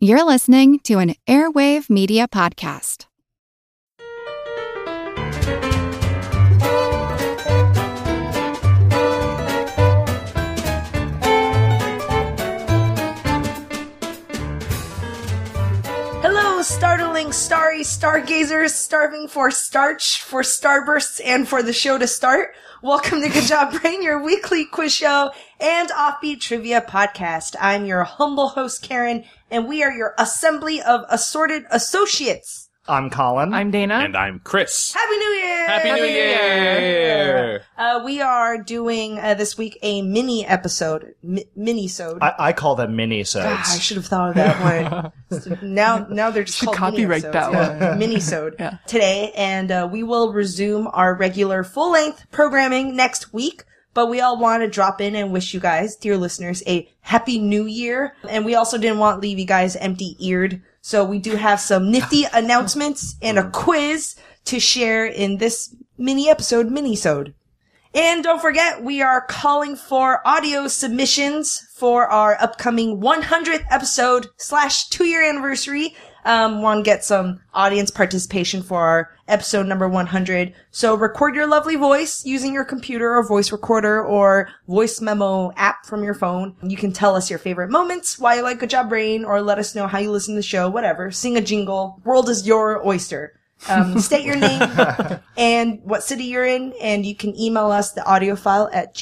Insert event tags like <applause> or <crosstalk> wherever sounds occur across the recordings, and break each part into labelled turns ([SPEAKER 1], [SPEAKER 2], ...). [SPEAKER 1] You're listening to an Airwave Media Podcast.
[SPEAKER 2] Hello, startling, starry stargazers starving for starch, for starbursts, and for the show to start. Welcome to Good Job <laughs> Brain, your weekly quiz show and offbeat trivia podcast. I'm your humble host, Karen, and we are your assembly of assorted associates.
[SPEAKER 3] I'm Colin.
[SPEAKER 4] I'm Dana.
[SPEAKER 5] And I'm Chris.
[SPEAKER 2] Happy New Year!
[SPEAKER 5] Happy New Year!
[SPEAKER 2] Uh, we are doing uh, this week a mini episode, mi- mini-sode.
[SPEAKER 3] I, I call them mini
[SPEAKER 2] Ah, I
[SPEAKER 3] sods.
[SPEAKER 2] should have thought of that
[SPEAKER 4] <laughs>
[SPEAKER 2] one. now, now they're just
[SPEAKER 4] Should
[SPEAKER 2] called
[SPEAKER 4] copyright
[SPEAKER 2] mini-sodes,
[SPEAKER 4] that
[SPEAKER 2] yeah.
[SPEAKER 4] one.
[SPEAKER 2] Mini-sode
[SPEAKER 4] <laughs> Yeah.
[SPEAKER 2] today, and uh, we will resume our regular full length programming next week. But we all want to drop in and wish you guys, dear listeners, a happy new year. And we also didn't want to leave you guys empty eared. So we do have some
[SPEAKER 4] <laughs>
[SPEAKER 2] nifty announcements and a quiz to share in this mini episode, mini-sode. And don't forget, we are calling for audio submissions for our upcoming 100th episode slash two year anniversary. Um, want to get some audience participation for our episode number 100. So record your lovely voice using your computer or voice recorder or voice memo app from your phone. You can tell us your favorite moments, why you like Good Job Brain, or let us know how you listen to the show, whatever. Sing a jingle. World is your oyster. Um, state your name, and what city you're in, and you can email us the audio file at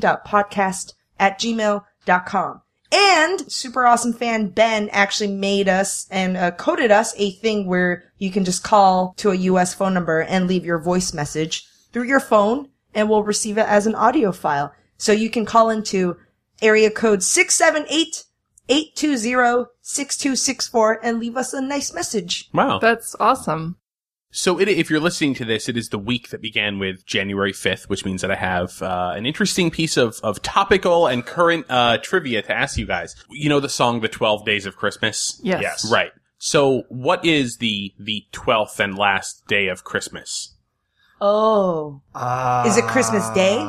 [SPEAKER 2] gjb.podcast at gmail.com. And super awesome fan Ben actually made us and uh, coded us a thing where you can just call to a US phone number and leave your voice message through your phone, and we'll receive it as an audio file. So you can call into area code 678 820 6264 and leave us a nice message.
[SPEAKER 5] Wow.
[SPEAKER 4] That's awesome.
[SPEAKER 5] so it, if you're listening to this, it is the week that began with January 5th, which means that I have uh, an interesting piece of, of topical and current uh, trivia to ask you guys. You know the song The 12 Days of Christmas?
[SPEAKER 4] Yes.
[SPEAKER 3] Yes.
[SPEAKER 5] Right. So what is the the 12th and last day of Christmas?
[SPEAKER 2] Oh.
[SPEAKER 3] Ah.
[SPEAKER 2] Is it Christmas Day?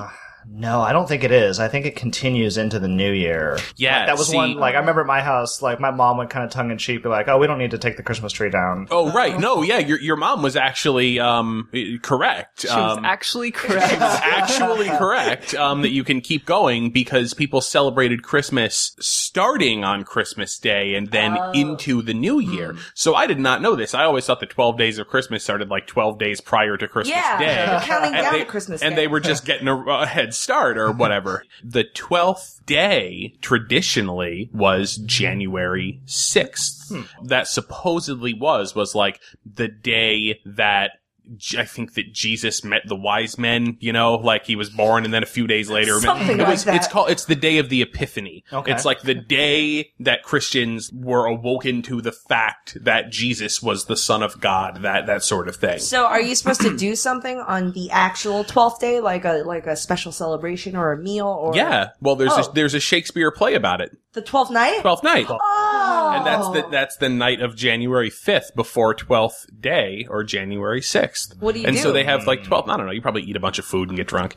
[SPEAKER 3] No, I don't think it is. I think it continues into the new year.
[SPEAKER 5] Yeah,
[SPEAKER 3] Like, that was
[SPEAKER 5] see-
[SPEAKER 3] one. Like I remember at my house, like my mom would kind of tongue in cheek, be like, "Oh, we don't need to take the Christmas tree down."
[SPEAKER 5] Oh, right. No, yeah, your, your mom was actually um, i- correct.
[SPEAKER 4] She was
[SPEAKER 5] um,
[SPEAKER 4] actually correct.
[SPEAKER 5] actually correct um, that you can keep going because people celebrated Christmas starting on Christmas Day and then into the new year. So I did not know this. I always thought the 12 days of Christmas started like 12 days prior to Christmas
[SPEAKER 2] Yeah,
[SPEAKER 5] Day.
[SPEAKER 2] <laughs> they're counting down
[SPEAKER 5] they,
[SPEAKER 2] to Christmas
[SPEAKER 5] and
[SPEAKER 2] Day.
[SPEAKER 5] they were just getting a, a head start
[SPEAKER 2] <laughs>
[SPEAKER 5] or whatever. the 12th day traditionally was January 6th.
[SPEAKER 2] Hmm.
[SPEAKER 5] That supposedly was, was like the day that J- I think that Jesus met the wise men, you know, like he was born and then a few days later.
[SPEAKER 2] Something
[SPEAKER 5] it
[SPEAKER 2] like
[SPEAKER 5] was,
[SPEAKER 2] that.
[SPEAKER 5] It's called, it's the day of the epiphany.
[SPEAKER 3] Okay.
[SPEAKER 5] It's like the day that Christians were awoken to the fact that Jesus was the son of God, that, that sort of thing.
[SPEAKER 2] So are you supposed to do something on the actual twelfth day, like a like a special celebration or a meal or
[SPEAKER 5] yeah. Well, there's,
[SPEAKER 2] Oh.
[SPEAKER 5] a, there's a Shakespeare play about it.
[SPEAKER 2] the twelfth night?
[SPEAKER 5] Twelfth night.
[SPEAKER 2] Oh,
[SPEAKER 5] And that's the, that's the night of January 5th before 12th day or January 6th.
[SPEAKER 2] What do you
[SPEAKER 5] and
[SPEAKER 2] do?
[SPEAKER 5] so they have like 12th, I don't know, you probably eat a bunch of food and
[SPEAKER 3] <laughs>
[SPEAKER 5] get drunk.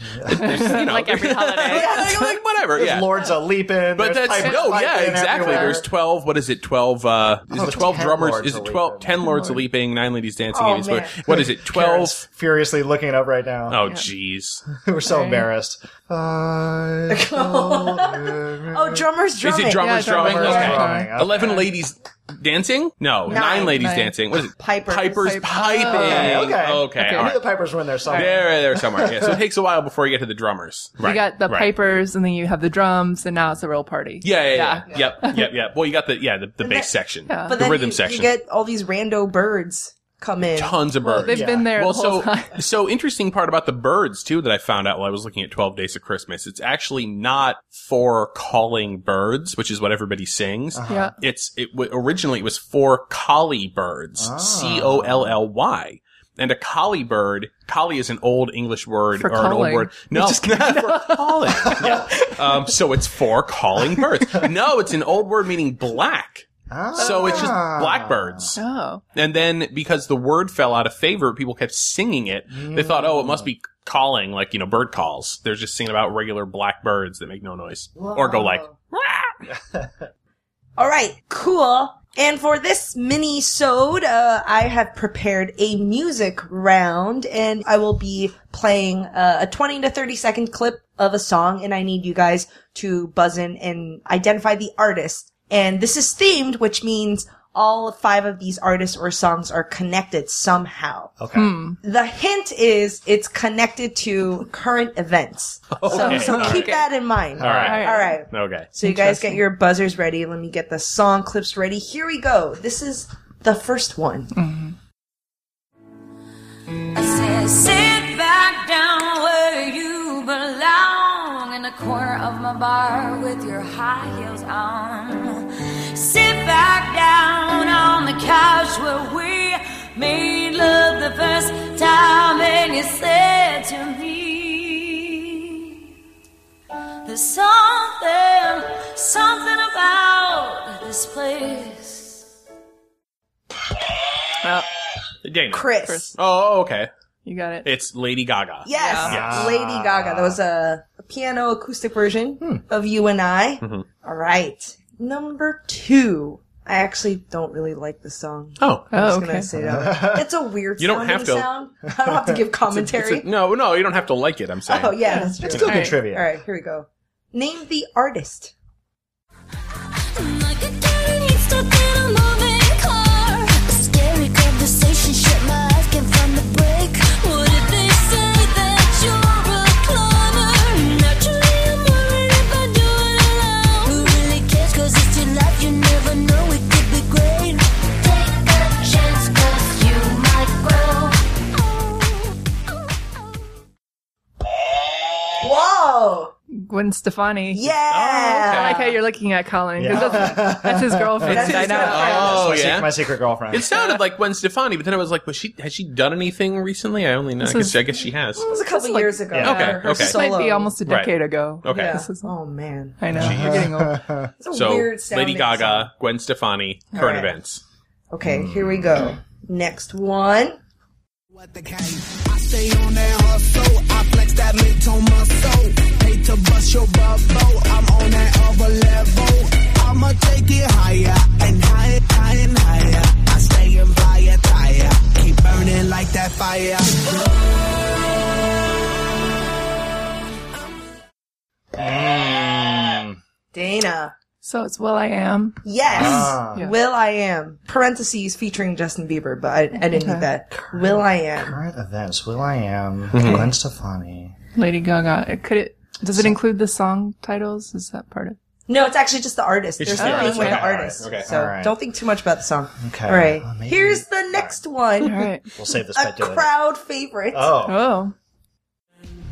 [SPEAKER 2] <laughs>
[SPEAKER 5] There's, you know,
[SPEAKER 4] like every holiday.
[SPEAKER 5] <laughs> yeah, like, like, whatever.
[SPEAKER 3] There's
[SPEAKER 5] yeah.
[SPEAKER 3] lords a leaping.
[SPEAKER 5] But
[SPEAKER 3] there's
[SPEAKER 5] that's
[SPEAKER 3] pipes
[SPEAKER 5] no,
[SPEAKER 3] piping
[SPEAKER 5] yeah, exactly.
[SPEAKER 3] everywhere.
[SPEAKER 5] There's twelve. What is it? Twelve. Uh, is
[SPEAKER 3] Oh,
[SPEAKER 5] it twelve
[SPEAKER 3] 10
[SPEAKER 5] drummers?
[SPEAKER 3] lords
[SPEAKER 5] Is
[SPEAKER 3] are Oh,
[SPEAKER 5] it twelve?
[SPEAKER 3] leaping.
[SPEAKER 5] Ten lords are leaping. Nine ladies dancing.
[SPEAKER 2] Oh,
[SPEAKER 5] Amy's
[SPEAKER 2] man.
[SPEAKER 5] Foot. what is it? Twelve.
[SPEAKER 3] Karen's furiously looking it up right now.
[SPEAKER 5] Oh, jeez.
[SPEAKER 3] <laughs> We're so
[SPEAKER 4] Sorry.
[SPEAKER 3] embarrassed. I
[SPEAKER 2] oh, drummers
[SPEAKER 5] Is
[SPEAKER 2] drumming.
[SPEAKER 5] it drummers
[SPEAKER 4] Yeah,
[SPEAKER 5] drumming?
[SPEAKER 4] drummers
[SPEAKER 5] Okay.
[SPEAKER 3] drumming, okay.
[SPEAKER 5] Eleven ladies dancing? No, nine,
[SPEAKER 2] Nine.
[SPEAKER 5] ladies
[SPEAKER 4] Nine.
[SPEAKER 5] dancing. What is it?
[SPEAKER 2] Pipers.
[SPEAKER 5] Pipers
[SPEAKER 4] Pipers.
[SPEAKER 5] piping.
[SPEAKER 3] Okay, okay.
[SPEAKER 5] Okay,
[SPEAKER 4] Okay.
[SPEAKER 5] all
[SPEAKER 3] knew
[SPEAKER 5] right.
[SPEAKER 3] the pipers were in there somewhere.
[SPEAKER 5] There, there, somewhere. Yeah. So it takes a while before you get to the drummers. <laughs> Right.
[SPEAKER 4] You got the
[SPEAKER 5] right.
[SPEAKER 4] pipers, and then you have the drums, and now it's a real party.
[SPEAKER 5] Yeah, yeah, yeah. Yep, yep, yep. Well, you got the yeah the, the bass section,
[SPEAKER 4] Yeah.
[SPEAKER 5] the
[SPEAKER 2] then
[SPEAKER 5] rhythm
[SPEAKER 2] you,
[SPEAKER 5] section.
[SPEAKER 2] You get all these rando birds come in.
[SPEAKER 5] Tons of birds.
[SPEAKER 4] They've
[SPEAKER 3] Yeah.
[SPEAKER 4] been there
[SPEAKER 5] well,
[SPEAKER 4] the whole
[SPEAKER 5] so
[SPEAKER 4] time. <laughs>
[SPEAKER 5] <laughs> so interesting part about the birds too that I found out while I was looking at Twelve Days of Christmas. It's actually not for calling birds, which is what everybody sings.
[SPEAKER 4] Yeah.
[SPEAKER 5] It's it w- originally it was for collie birds,
[SPEAKER 3] Ah.
[SPEAKER 5] C O L L Y. And a collie bird, collie is an old English word
[SPEAKER 4] For
[SPEAKER 5] or an old
[SPEAKER 4] calling.
[SPEAKER 5] word. No, <laughs> for calling. Yeah. Um, so it's for calling birds. No, it's an old word meaning black. So it's just
[SPEAKER 3] Ah.
[SPEAKER 5] blackbirds.
[SPEAKER 4] Oh.
[SPEAKER 5] And then because the word fell out of favor, people kept singing it. They thought, oh, it must be calling, like, you know, bird calls. They're just singing about regular black birds that make no noise or go like,
[SPEAKER 2] All right, cool. And for this mini sode, uh, I have prepared a music round and I will be playing uh, a 20 to 30 second clip of a song and I need you guys to buzz in and identify the artist. And this is themed, which means all five of these artists or songs are connected somehow.
[SPEAKER 3] Okay.
[SPEAKER 2] The hint is it's connected to current events. So, so keep that in mind.
[SPEAKER 5] All right.
[SPEAKER 2] All right.
[SPEAKER 5] Okay.
[SPEAKER 2] So you guys get your buzzers ready. Let me get the song clips ready. Here we go. This is the first one.
[SPEAKER 6] I said, sit back down where you belong in the corner of my bar with your high heels on. Sit back down on the couch where we made love the first time, and you said to me, There's something, something about this place.
[SPEAKER 4] Oh,
[SPEAKER 5] Dana.
[SPEAKER 2] Chris.
[SPEAKER 5] Oh, okay.
[SPEAKER 4] you got it.
[SPEAKER 5] It's Lady Gaga.
[SPEAKER 2] Yes.
[SPEAKER 3] Yeah.
[SPEAKER 2] Lady Gaga. That was a piano acoustic version of You and I.
[SPEAKER 5] Mm-hmm.
[SPEAKER 2] All right. Number two. I actually don't really like the song.
[SPEAKER 5] Oh.
[SPEAKER 2] I'm
[SPEAKER 4] Oh,
[SPEAKER 2] just
[SPEAKER 4] okay.
[SPEAKER 2] gonna say
[SPEAKER 5] <laughs>
[SPEAKER 2] that. It's a weird
[SPEAKER 5] You don't
[SPEAKER 2] sounding
[SPEAKER 5] have to-
[SPEAKER 2] sound. I don't have to
[SPEAKER 5] <laughs>
[SPEAKER 2] give commentary.
[SPEAKER 5] No, no, you don't have to like it, I'm saying.
[SPEAKER 2] oh yeah, that's true.
[SPEAKER 3] It's still good
[SPEAKER 4] Alright.
[SPEAKER 3] trivia.
[SPEAKER 2] All right, here we go. Name the artist.
[SPEAKER 6] Like a daddy stuck in a moving car. Scary conversation, shut my eyes, can't find the break. What if they say that you're a climber? Naturally, I'm worried if I do it alone. Who really cares? 'Cause it's your life, you never know, it could be great. Take a chance, 'cause you might grow.
[SPEAKER 5] Oh,
[SPEAKER 2] Whoa!
[SPEAKER 4] Gwen Stefani. I
[SPEAKER 2] Yeah.
[SPEAKER 4] like how you're looking at Colin because
[SPEAKER 3] Yeah. <laughs>
[SPEAKER 4] that's, <laughs> that's his girlfriend.
[SPEAKER 2] That's his
[SPEAKER 4] I know.
[SPEAKER 2] girlfriend.
[SPEAKER 5] Oh,
[SPEAKER 3] my, sec-
[SPEAKER 5] yeah.
[SPEAKER 3] my secret girlfriend.
[SPEAKER 5] It sounded like Gwen Stefani, but then I was like, was she has she done anything recently? I only know. I
[SPEAKER 4] This
[SPEAKER 5] guess,
[SPEAKER 4] is-
[SPEAKER 5] I guess she has.
[SPEAKER 2] It was a couple
[SPEAKER 4] like-
[SPEAKER 2] years ago.
[SPEAKER 3] Yeah.
[SPEAKER 5] Okay,
[SPEAKER 2] Her- her
[SPEAKER 5] okay.
[SPEAKER 4] This might be
[SPEAKER 2] solo.
[SPEAKER 4] almost a decade ago.
[SPEAKER 5] Okay.
[SPEAKER 2] Yeah.
[SPEAKER 4] This is-
[SPEAKER 2] Oh man.
[SPEAKER 4] I know. You're getting old.
[SPEAKER 2] It's a
[SPEAKER 5] So
[SPEAKER 2] weird sounding
[SPEAKER 5] Lady Gaga,
[SPEAKER 2] song.
[SPEAKER 5] Gwen Stefani, current
[SPEAKER 2] right.
[SPEAKER 5] events.
[SPEAKER 2] Okay, here we go. Next one.
[SPEAKER 7] What the game? I stay on that hustle. I flex that mental muscle. Hate to bust your bubble. I'm on that other level. I'ma take it higher and higher, higher and higher. I stay in fire tire. Keep burning like that fire.
[SPEAKER 3] Hmm.
[SPEAKER 2] Dana.
[SPEAKER 4] So it's Will I Am.
[SPEAKER 2] Yes.
[SPEAKER 3] Ah.
[SPEAKER 4] Yeah.
[SPEAKER 2] Will I am. Parentheses featuring Justin Bieber, but I, I didn't need that. Will I am.
[SPEAKER 3] Current events. Will I am. Gwen Stefani.
[SPEAKER 4] Lady Gaga. It- Could it? Does it include the song titles? Is that part of?
[SPEAKER 2] No, it's actually just the artist.
[SPEAKER 5] It's
[SPEAKER 2] There's
[SPEAKER 5] just the
[SPEAKER 2] nothing
[SPEAKER 5] artist.
[SPEAKER 2] with
[SPEAKER 5] Okay,
[SPEAKER 2] the
[SPEAKER 5] alright,
[SPEAKER 2] artist.
[SPEAKER 5] okay.
[SPEAKER 2] So
[SPEAKER 3] Alright.
[SPEAKER 2] don't think too much about the song.
[SPEAKER 3] Okay.
[SPEAKER 2] All right.
[SPEAKER 3] Well, maybe-
[SPEAKER 2] Here's the next one.
[SPEAKER 4] All right.
[SPEAKER 3] We'll save this by
[SPEAKER 2] A
[SPEAKER 3] doing it.
[SPEAKER 2] crowd favorite.
[SPEAKER 3] Oh.
[SPEAKER 4] Oh,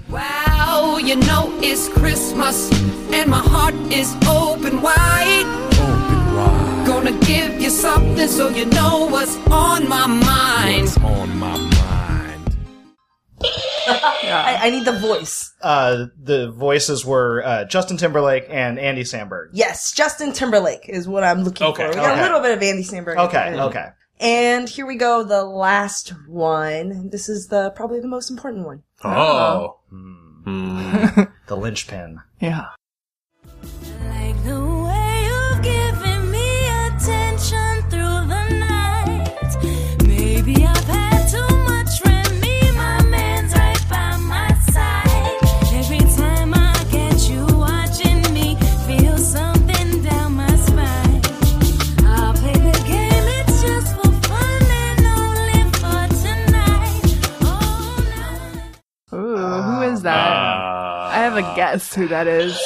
[SPEAKER 8] Wow, you know it's Christmas and my heart is open wide. Open wide. Gonna give you something so you know what's on my mind.
[SPEAKER 5] On my mind.
[SPEAKER 2] I, I need the voice.
[SPEAKER 3] Uh, the voices were uh, Justin Timberlake and Andy Samberg.
[SPEAKER 2] Yes, Justin Timberlake is what I'm looking
[SPEAKER 5] Okay,
[SPEAKER 2] for. We got
[SPEAKER 3] okay.
[SPEAKER 2] a little bit of Andy Samberg. in
[SPEAKER 3] Okay.
[SPEAKER 2] there.
[SPEAKER 3] Okay.
[SPEAKER 2] And here we go, the last one. This is the probably the most important one.
[SPEAKER 5] Oh.
[SPEAKER 3] The linchpin.
[SPEAKER 4] yeah.
[SPEAKER 6] Like the way you've given me attention through the night. Maybe I've had too much Remy, my man's right by my side. Every time I catch you watching me, feel something down my spine. I'll play the game, it's just for fun and only for tonight. Oh, All night.
[SPEAKER 4] Ooh, who is
[SPEAKER 5] uh,
[SPEAKER 4] that? I have a guess who that is.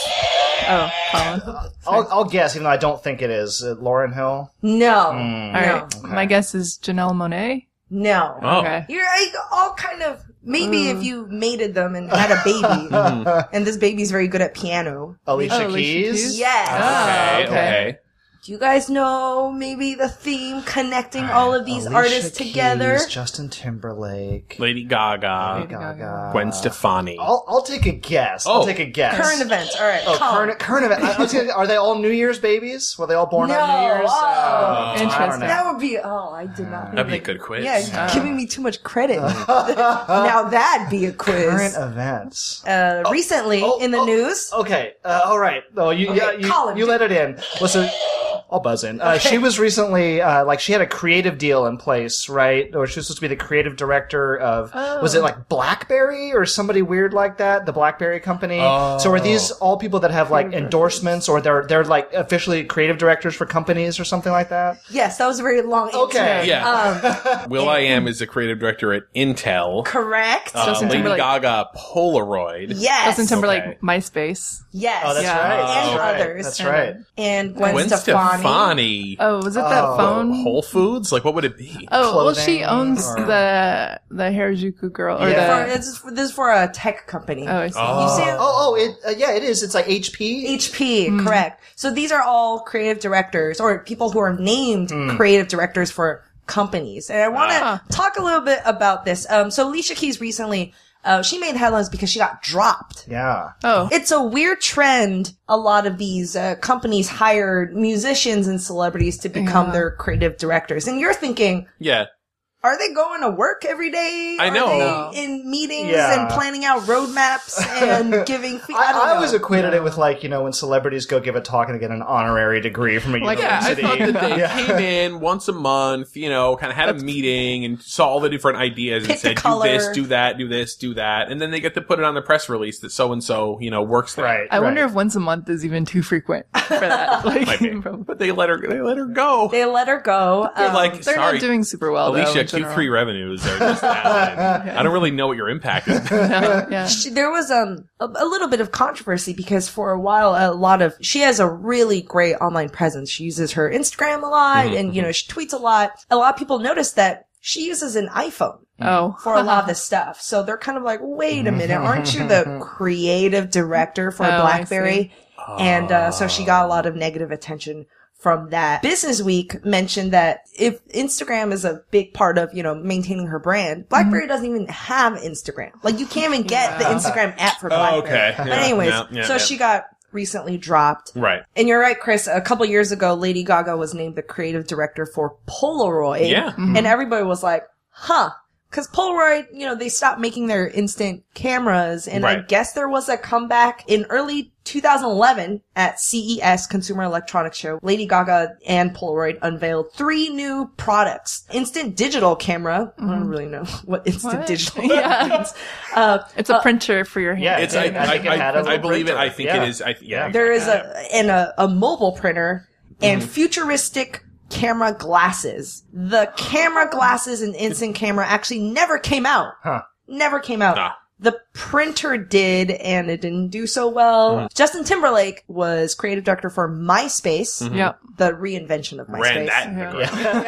[SPEAKER 4] Oh, Colin.
[SPEAKER 3] I'll, I'll guess, even though I don't think it is. Uh, Lauren Hill?
[SPEAKER 2] No,
[SPEAKER 4] All
[SPEAKER 2] no,
[SPEAKER 4] right. My guess is Janelle Monet.
[SPEAKER 2] no.
[SPEAKER 5] Oh.
[SPEAKER 4] Okay.
[SPEAKER 2] You're like, all kind of maybe if you mated them and had a baby, and this baby's very good at piano.
[SPEAKER 3] Alicia,
[SPEAKER 4] Alicia
[SPEAKER 3] Keys?
[SPEAKER 4] Keys?
[SPEAKER 2] Yes.
[SPEAKER 3] Oh,
[SPEAKER 5] Okay,
[SPEAKER 4] okay.
[SPEAKER 5] okay.
[SPEAKER 2] Do you guys know maybe the theme connecting all of these artists together?
[SPEAKER 3] Keys, Justin Timberlake,
[SPEAKER 5] Lady Gaga,
[SPEAKER 3] Gaga. Oh.
[SPEAKER 5] Gwen Stefani.
[SPEAKER 3] I'll, I'll take a guess. I'll
[SPEAKER 5] Oh.
[SPEAKER 3] take a guess.
[SPEAKER 2] Current events. All right.
[SPEAKER 3] Oh,
[SPEAKER 2] Colin.
[SPEAKER 3] current, current event. I, I was gonna, are they all New Year's babies? Were they all born on
[SPEAKER 2] No.
[SPEAKER 3] New Year's?
[SPEAKER 2] Oh.
[SPEAKER 3] uh, I don't
[SPEAKER 4] Interesting.
[SPEAKER 3] know.
[SPEAKER 2] That would be. Oh, I did not.
[SPEAKER 5] That'd be a good quiz.
[SPEAKER 2] Yeah, you're giving me too much credit. now that'd be a
[SPEAKER 3] <laughs> current
[SPEAKER 2] quiz.
[SPEAKER 3] events.
[SPEAKER 2] Uh, recently
[SPEAKER 3] oh,
[SPEAKER 2] in the
[SPEAKER 3] oh,
[SPEAKER 2] news.
[SPEAKER 3] Okay. Uh, all right. No, you, yeah, you,
[SPEAKER 2] Colin,
[SPEAKER 3] you
[SPEAKER 2] do-
[SPEAKER 3] let it in. Listen. I'll buzz in. Uh, She was recently uh, like she had a creative deal in place, right? Or she was supposed to be the creative director of was it like BlackBerry or somebody weird like that? The BlackBerry company. So are these all people that have like endorsements or they're they're like officially creative directors for companies or something like that?
[SPEAKER 2] Yes, that was a very long answer.
[SPEAKER 3] Okay.
[SPEAKER 5] Yeah.
[SPEAKER 2] Um,
[SPEAKER 3] <laughs>
[SPEAKER 5] Will I Am is the creative director at Intel.
[SPEAKER 2] correct.
[SPEAKER 5] Uh,
[SPEAKER 4] Justin
[SPEAKER 5] Lady
[SPEAKER 4] Timberlake.
[SPEAKER 5] Gaga, Polaroid.
[SPEAKER 2] yes.
[SPEAKER 4] Justin Timberlake,
[SPEAKER 5] Okay.
[SPEAKER 4] MySpace.
[SPEAKER 2] Yes.
[SPEAKER 3] Oh, that's
[SPEAKER 4] Yeah.
[SPEAKER 3] right.
[SPEAKER 2] And
[SPEAKER 3] That's right.
[SPEAKER 2] others.
[SPEAKER 3] That's right.
[SPEAKER 2] And Gwen,
[SPEAKER 5] Gwen
[SPEAKER 2] Stefani.
[SPEAKER 5] Stefani.
[SPEAKER 4] Oh, was it that
[SPEAKER 3] Oh.
[SPEAKER 4] phone?
[SPEAKER 5] Whole Foods? Like, what would it be?
[SPEAKER 4] oh, well, she
[SPEAKER 3] clothing
[SPEAKER 4] owns
[SPEAKER 3] or-
[SPEAKER 4] the the Harajuku girl or
[SPEAKER 3] Yeah.
[SPEAKER 2] For,
[SPEAKER 4] the.
[SPEAKER 2] this, is for, this is for a tech company.
[SPEAKER 4] Oh, I see.
[SPEAKER 2] You say
[SPEAKER 3] Oh, oh, it uh, yeah, it is. It's like HP.
[SPEAKER 2] HP, correct. So these are all creative directors or people who are named
[SPEAKER 3] Hmm.
[SPEAKER 2] creative directors for companies. And I want to talk a little bit about this. Um, so Alicia Keys recently, uh, she made headlines because she got dropped.
[SPEAKER 3] yeah.
[SPEAKER 4] Oh,
[SPEAKER 2] It's a weird trend. A lot of these uh, companies hire musicians and celebrities to become their creative directors. And you're thinking,
[SPEAKER 5] Yeah.
[SPEAKER 2] are they going to work every day?
[SPEAKER 5] I
[SPEAKER 2] Are
[SPEAKER 5] know.
[SPEAKER 2] they
[SPEAKER 5] No.
[SPEAKER 2] in meetings
[SPEAKER 3] Yeah.
[SPEAKER 2] and planning out roadmaps and
[SPEAKER 3] <laughs>
[SPEAKER 2] giving. I,
[SPEAKER 3] I,
[SPEAKER 2] don't
[SPEAKER 3] I
[SPEAKER 2] know.
[SPEAKER 3] always equated it with like you know when celebrities go give a talk and they get an honorary degree from a
[SPEAKER 4] Like,
[SPEAKER 5] Yeah, I
[SPEAKER 3] university.
[SPEAKER 5] thought that
[SPEAKER 3] <laughs>
[SPEAKER 5] they
[SPEAKER 2] <laughs>
[SPEAKER 3] Yeah.
[SPEAKER 5] came in once a month, you know, kind of had a meeting and saw all the different ideas and
[SPEAKER 2] Pick the
[SPEAKER 5] said, do this,
[SPEAKER 2] color."
[SPEAKER 5] do that, do this, do that. And then they get to put it on the press release that so and so, you know, works there.
[SPEAKER 3] Right.
[SPEAKER 4] I wonder
[SPEAKER 3] right.
[SPEAKER 4] if once a month is even too frequent for that. Like, <laughs>
[SPEAKER 5] Might be.
[SPEAKER 4] probably-
[SPEAKER 5] But they let her, they let her go.
[SPEAKER 2] They let her go.
[SPEAKER 5] They're
[SPEAKER 2] Um,
[SPEAKER 5] like,
[SPEAKER 4] they're
[SPEAKER 5] sorry,
[SPEAKER 4] not doing super well. though,
[SPEAKER 5] Alicia,
[SPEAKER 4] in general.
[SPEAKER 5] Q3 revenues are
[SPEAKER 3] <laughs>
[SPEAKER 5] just that line. I don't really know what your impact is.
[SPEAKER 4] Yeah, <laughs> yeah.
[SPEAKER 2] she- there was um a, a little bit of controversy because for a while a lot of she has a really great online presence. She uses her Instagram a lot,
[SPEAKER 5] Mm-hmm,
[SPEAKER 2] and you know she tweets a lot. A lot of people notice that she uses an iPhone
[SPEAKER 4] Oh,
[SPEAKER 2] for a lot
[SPEAKER 4] <laughs>
[SPEAKER 2] of this stuff, so they're kind of like, wait a minute, aren't you the creative director for
[SPEAKER 4] Oh, I Ah.
[SPEAKER 2] BlackBerry? And uh, so she got a lot of negative attention from that. Business Week mentioned that if Instagram is a big part of, you know, maintaining her brand, BlackBerry
[SPEAKER 4] Mm-hmm.
[SPEAKER 2] doesn't even have Instagram. Like you can't even get the Instagram app for
[SPEAKER 5] Oh,
[SPEAKER 2] BlackBerry.
[SPEAKER 5] okay.
[SPEAKER 2] But
[SPEAKER 5] Yeah,
[SPEAKER 2] anyways,
[SPEAKER 5] yeah, yeah,
[SPEAKER 2] so
[SPEAKER 5] yeah.
[SPEAKER 2] she got recently dropped.
[SPEAKER 5] Right.
[SPEAKER 2] And you're right, Chris. A couple years ago, Lady Gaga was named the creative director for Polaroid.
[SPEAKER 5] Yeah.
[SPEAKER 2] And everybody was like, huh. Because Polaroid, you know, they stopped making their instant cameras. And I
[SPEAKER 5] Right.
[SPEAKER 2] guess there was a comeback in early 2011 at CES Consumer Electronics Show. Lady Gaga and Polaroid unveiled three new products. Instant digital camera. I don't really know <laughs> what instant
[SPEAKER 4] What?
[SPEAKER 2] digital
[SPEAKER 4] Yeah.
[SPEAKER 2] means. Uh,
[SPEAKER 4] it's a printer for your hand.
[SPEAKER 3] Yeah,
[SPEAKER 5] It's,
[SPEAKER 3] I
[SPEAKER 5] I,
[SPEAKER 3] think
[SPEAKER 5] I,
[SPEAKER 3] it
[SPEAKER 5] I,
[SPEAKER 3] had a little
[SPEAKER 5] I believe it.
[SPEAKER 3] printer.
[SPEAKER 5] I think
[SPEAKER 3] Yeah.
[SPEAKER 5] it is. I, th- yeah.
[SPEAKER 3] Yeah.
[SPEAKER 2] There is a and a, a mobile printer and futuristic camera glasses. The camera glasses and instant camera actually never came out.
[SPEAKER 3] Huh.
[SPEAKER 2] Never came out.
[SPEAKER 5] Ah.
[SPEAKER 2] The printer did, and it didn't do so well.
[SPEAKER 5] Mm-hmm.
[SPEAKER 2] Justin Timberlake was creative director for MySpace, <laughs>
[SPEAKER 4] Yep.
[SPEAKER 2] the reinvention of Oh, MySpace.
[SPEAKER 5] Mm-hmm. Ran that. in the ground.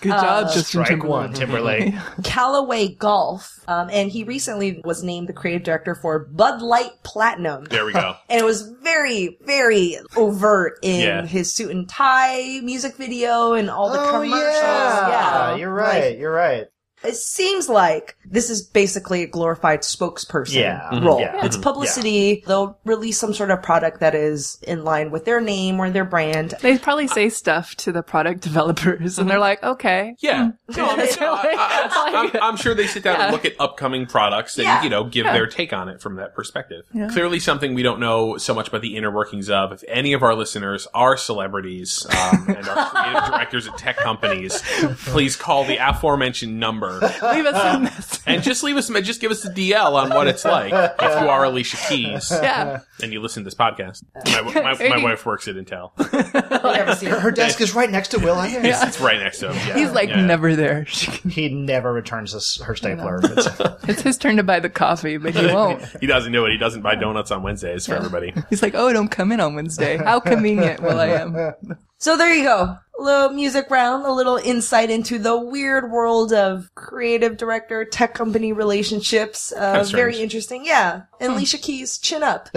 [SPEAKER 4] Good job, Justin
[SPEAKER 3] Strike
[SPEAKER 4] Timberlake.
[SPEAKER 3] one, Timberlake.
[SPEAKER 2] Callaway Golf, um, and he recently was named the creative director for Bud Light Platinum.
[SPEAKER 5] There
[SPEAKER 2] <laughs>
[SPEAKER 5] we go.
[SPEAKER 2] and it was very, very overt in
[SPEAKER 5] Yeah.
[SPEAKER 2] his suit and tie music video and all the commercials. Oh, Yeah.
[SPEAKER 3] Uh, you're right.
[SPEAKER 2] Like,
[SPEAKER 3] you're right.
[SPEAKER 2] it seems like this is basically a glorified spokesperson
[SPEAKER 3] Yeah. Mhm.
[SPEAKER 2] role.
[SPEAKER 3] Yeah.
[SPEAKER 2] It's publicity. They'll release some sort of product that is in line with their name or their brand.
[SPEAKER 4] They probably say stuff to the product <laughs> developers, and they're like, "Okay,
[SPEAKER 5] Yeah. No, I'm,
[SPEAKER 4] It's
[SPEAKER 5] no, I- I-
[SPEAKER 4] like-
[SPEAKER 5] I'm- I'm sure they sit down
[SPEAKER 4] Yeah.
[SPEAKER 5] and look at upcoming products and,
[SPEAKER 2] Yeah.
[SPEAKER 5] you know, give their take on it from that perspective. Clearly something we don't know so much about the inner workings of. If any of our listeners are celebrities um, and are creative directors at tech companies, please call the aforementioned number
[SPEAKER 4] leave us in this."
[SPEAKER 5] <laughs> and just leave us, just give us a DL on what it's like if you are Alicia Keys
[SPEAKER 4] Yeah,
[SPEAKER 5] and you listen to this podcast. My, my, my wife works at Intel.
[SPEAKER 2] I've never seen it.
[SPEAKER 3] Her desk is right next to <laughs> Will. I am.
[SPEAKER 5] It's right next to him. Yeah.
[SPEAKER 4] he's like
[SPEAKER 5] Yeah.
[SPEAKER 4] never there. <laughs> She can-
[SPEAKER 3] He never returns his, her stapler. It's-
[SPEAKER 4] It's his turn to buy the coffee, but he won't.
[SPEAKER 5] He doesn't do it. He doesn't buy donuts on Wednesdays for everybody.
[SPEAKER 4] He's like, "Oh, don't come in on Wednesday. How convenient will I am."
[SPEAKER 2] So there you go. A little music round, a little insight into the weird world of creative director, tech company relationships. Uh,
[SPEAKER 5] Kinda strange. Hmm.
[SPEAKER 2] very interesting. Yeah. And Alicia Keys, chin
[SPEAKER 5] <laughs>
[SPEAKER 2] up.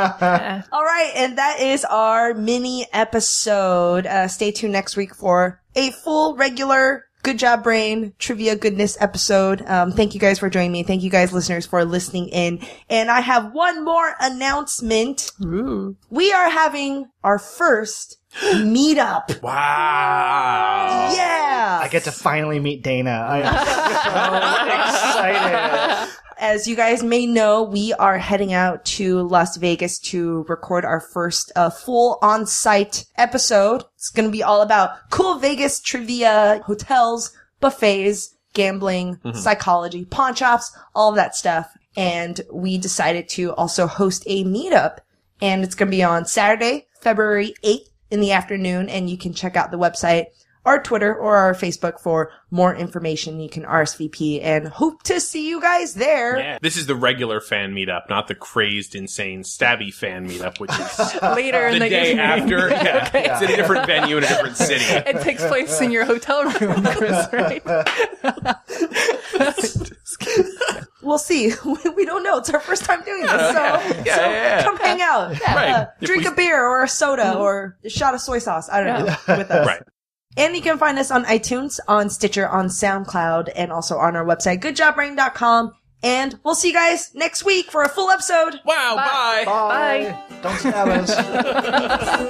[SPEAKER 2] All right. And that is our mini episode. Uh, stay tuned next week for a full regular Good Job Brain trivia goodness episode. Um, thank you guys for joining me. Thank you guys listeners for listening in. And I have one more announcement.
[SPEAKER 4] Ooh.
[SPEAKER 2] We are having our first <gasps> meetup.
[SPEAKER 5] Wow.
[SPEAKER 2] Yeah.
[SPEAKER 3] <laughs> I get to finally meet Dana. I am so excited.
[SPEAKER 2] As you guys may know, we are heading out to Las Vegas to record our first uh, full on-site episode. It's going to be all about cool Vegas trivia, hotels, buffets, gambling, psychology, pawn shops, all of that stuff. And we decided to also host a meetup and it's going to be on Saturday, February 8th in the afternoon. And you can check out the website, our Twitter, or our Facebook for more information. You can RSVP and hope to see you guys there.
[SPEAKER 5] Yeah. This is the regular fan meetup, not the crazed, insane, stabby fan meetup, which
[SPEAKER 4] <laughs>
[SPEAKER 5] is
[SPEAKER 4] Later in
[SPEAKER 5] the
[SPEAKER 4] the <laughs>
[SPEAKER 5] day
[SPEAKER 4] evening.
[SPEAKER 5] after. Yeah.
[SPEAKER 4] Okay.
[SPEAKER 5] It's in a different venue in a different city.
[SPEAKER 4] It takes place in your hotel room, Chris, right?
[SPEAKER 2] We'll see. <laughs> We- We don't know. It's our first time doing this. So,
[SPEAKER 5] yeah, yeah,
[SPEAKER 2] so
[SPEAKER 5] yeah.
[SPEAKER 2] come hang out.
[SPEAKER 5] <laughs> Right.
[SPEAKER 2] Uh,
[SPEAKER 5] If
[SPEAKER 2] drink
[SPEAKER 5] we- Mm-hmm.
[SPEAKER 2] a beer or a soda or a shot of soy sauce. I don't know.
[SPEAKER 5] <laughs>
[SPEAKER 2] With us.
[SPEAKER 5] Right.
[SPEAKER 2] And you can find us on iTunes, on Stitcher, on SoundCloud, and also on our website, goodjobbrain.com. And we'll see you guys next week for a full episode.
[SPEAKER 5] Wow, bye.
[SPEAKER 3] Bye. Don't stab us.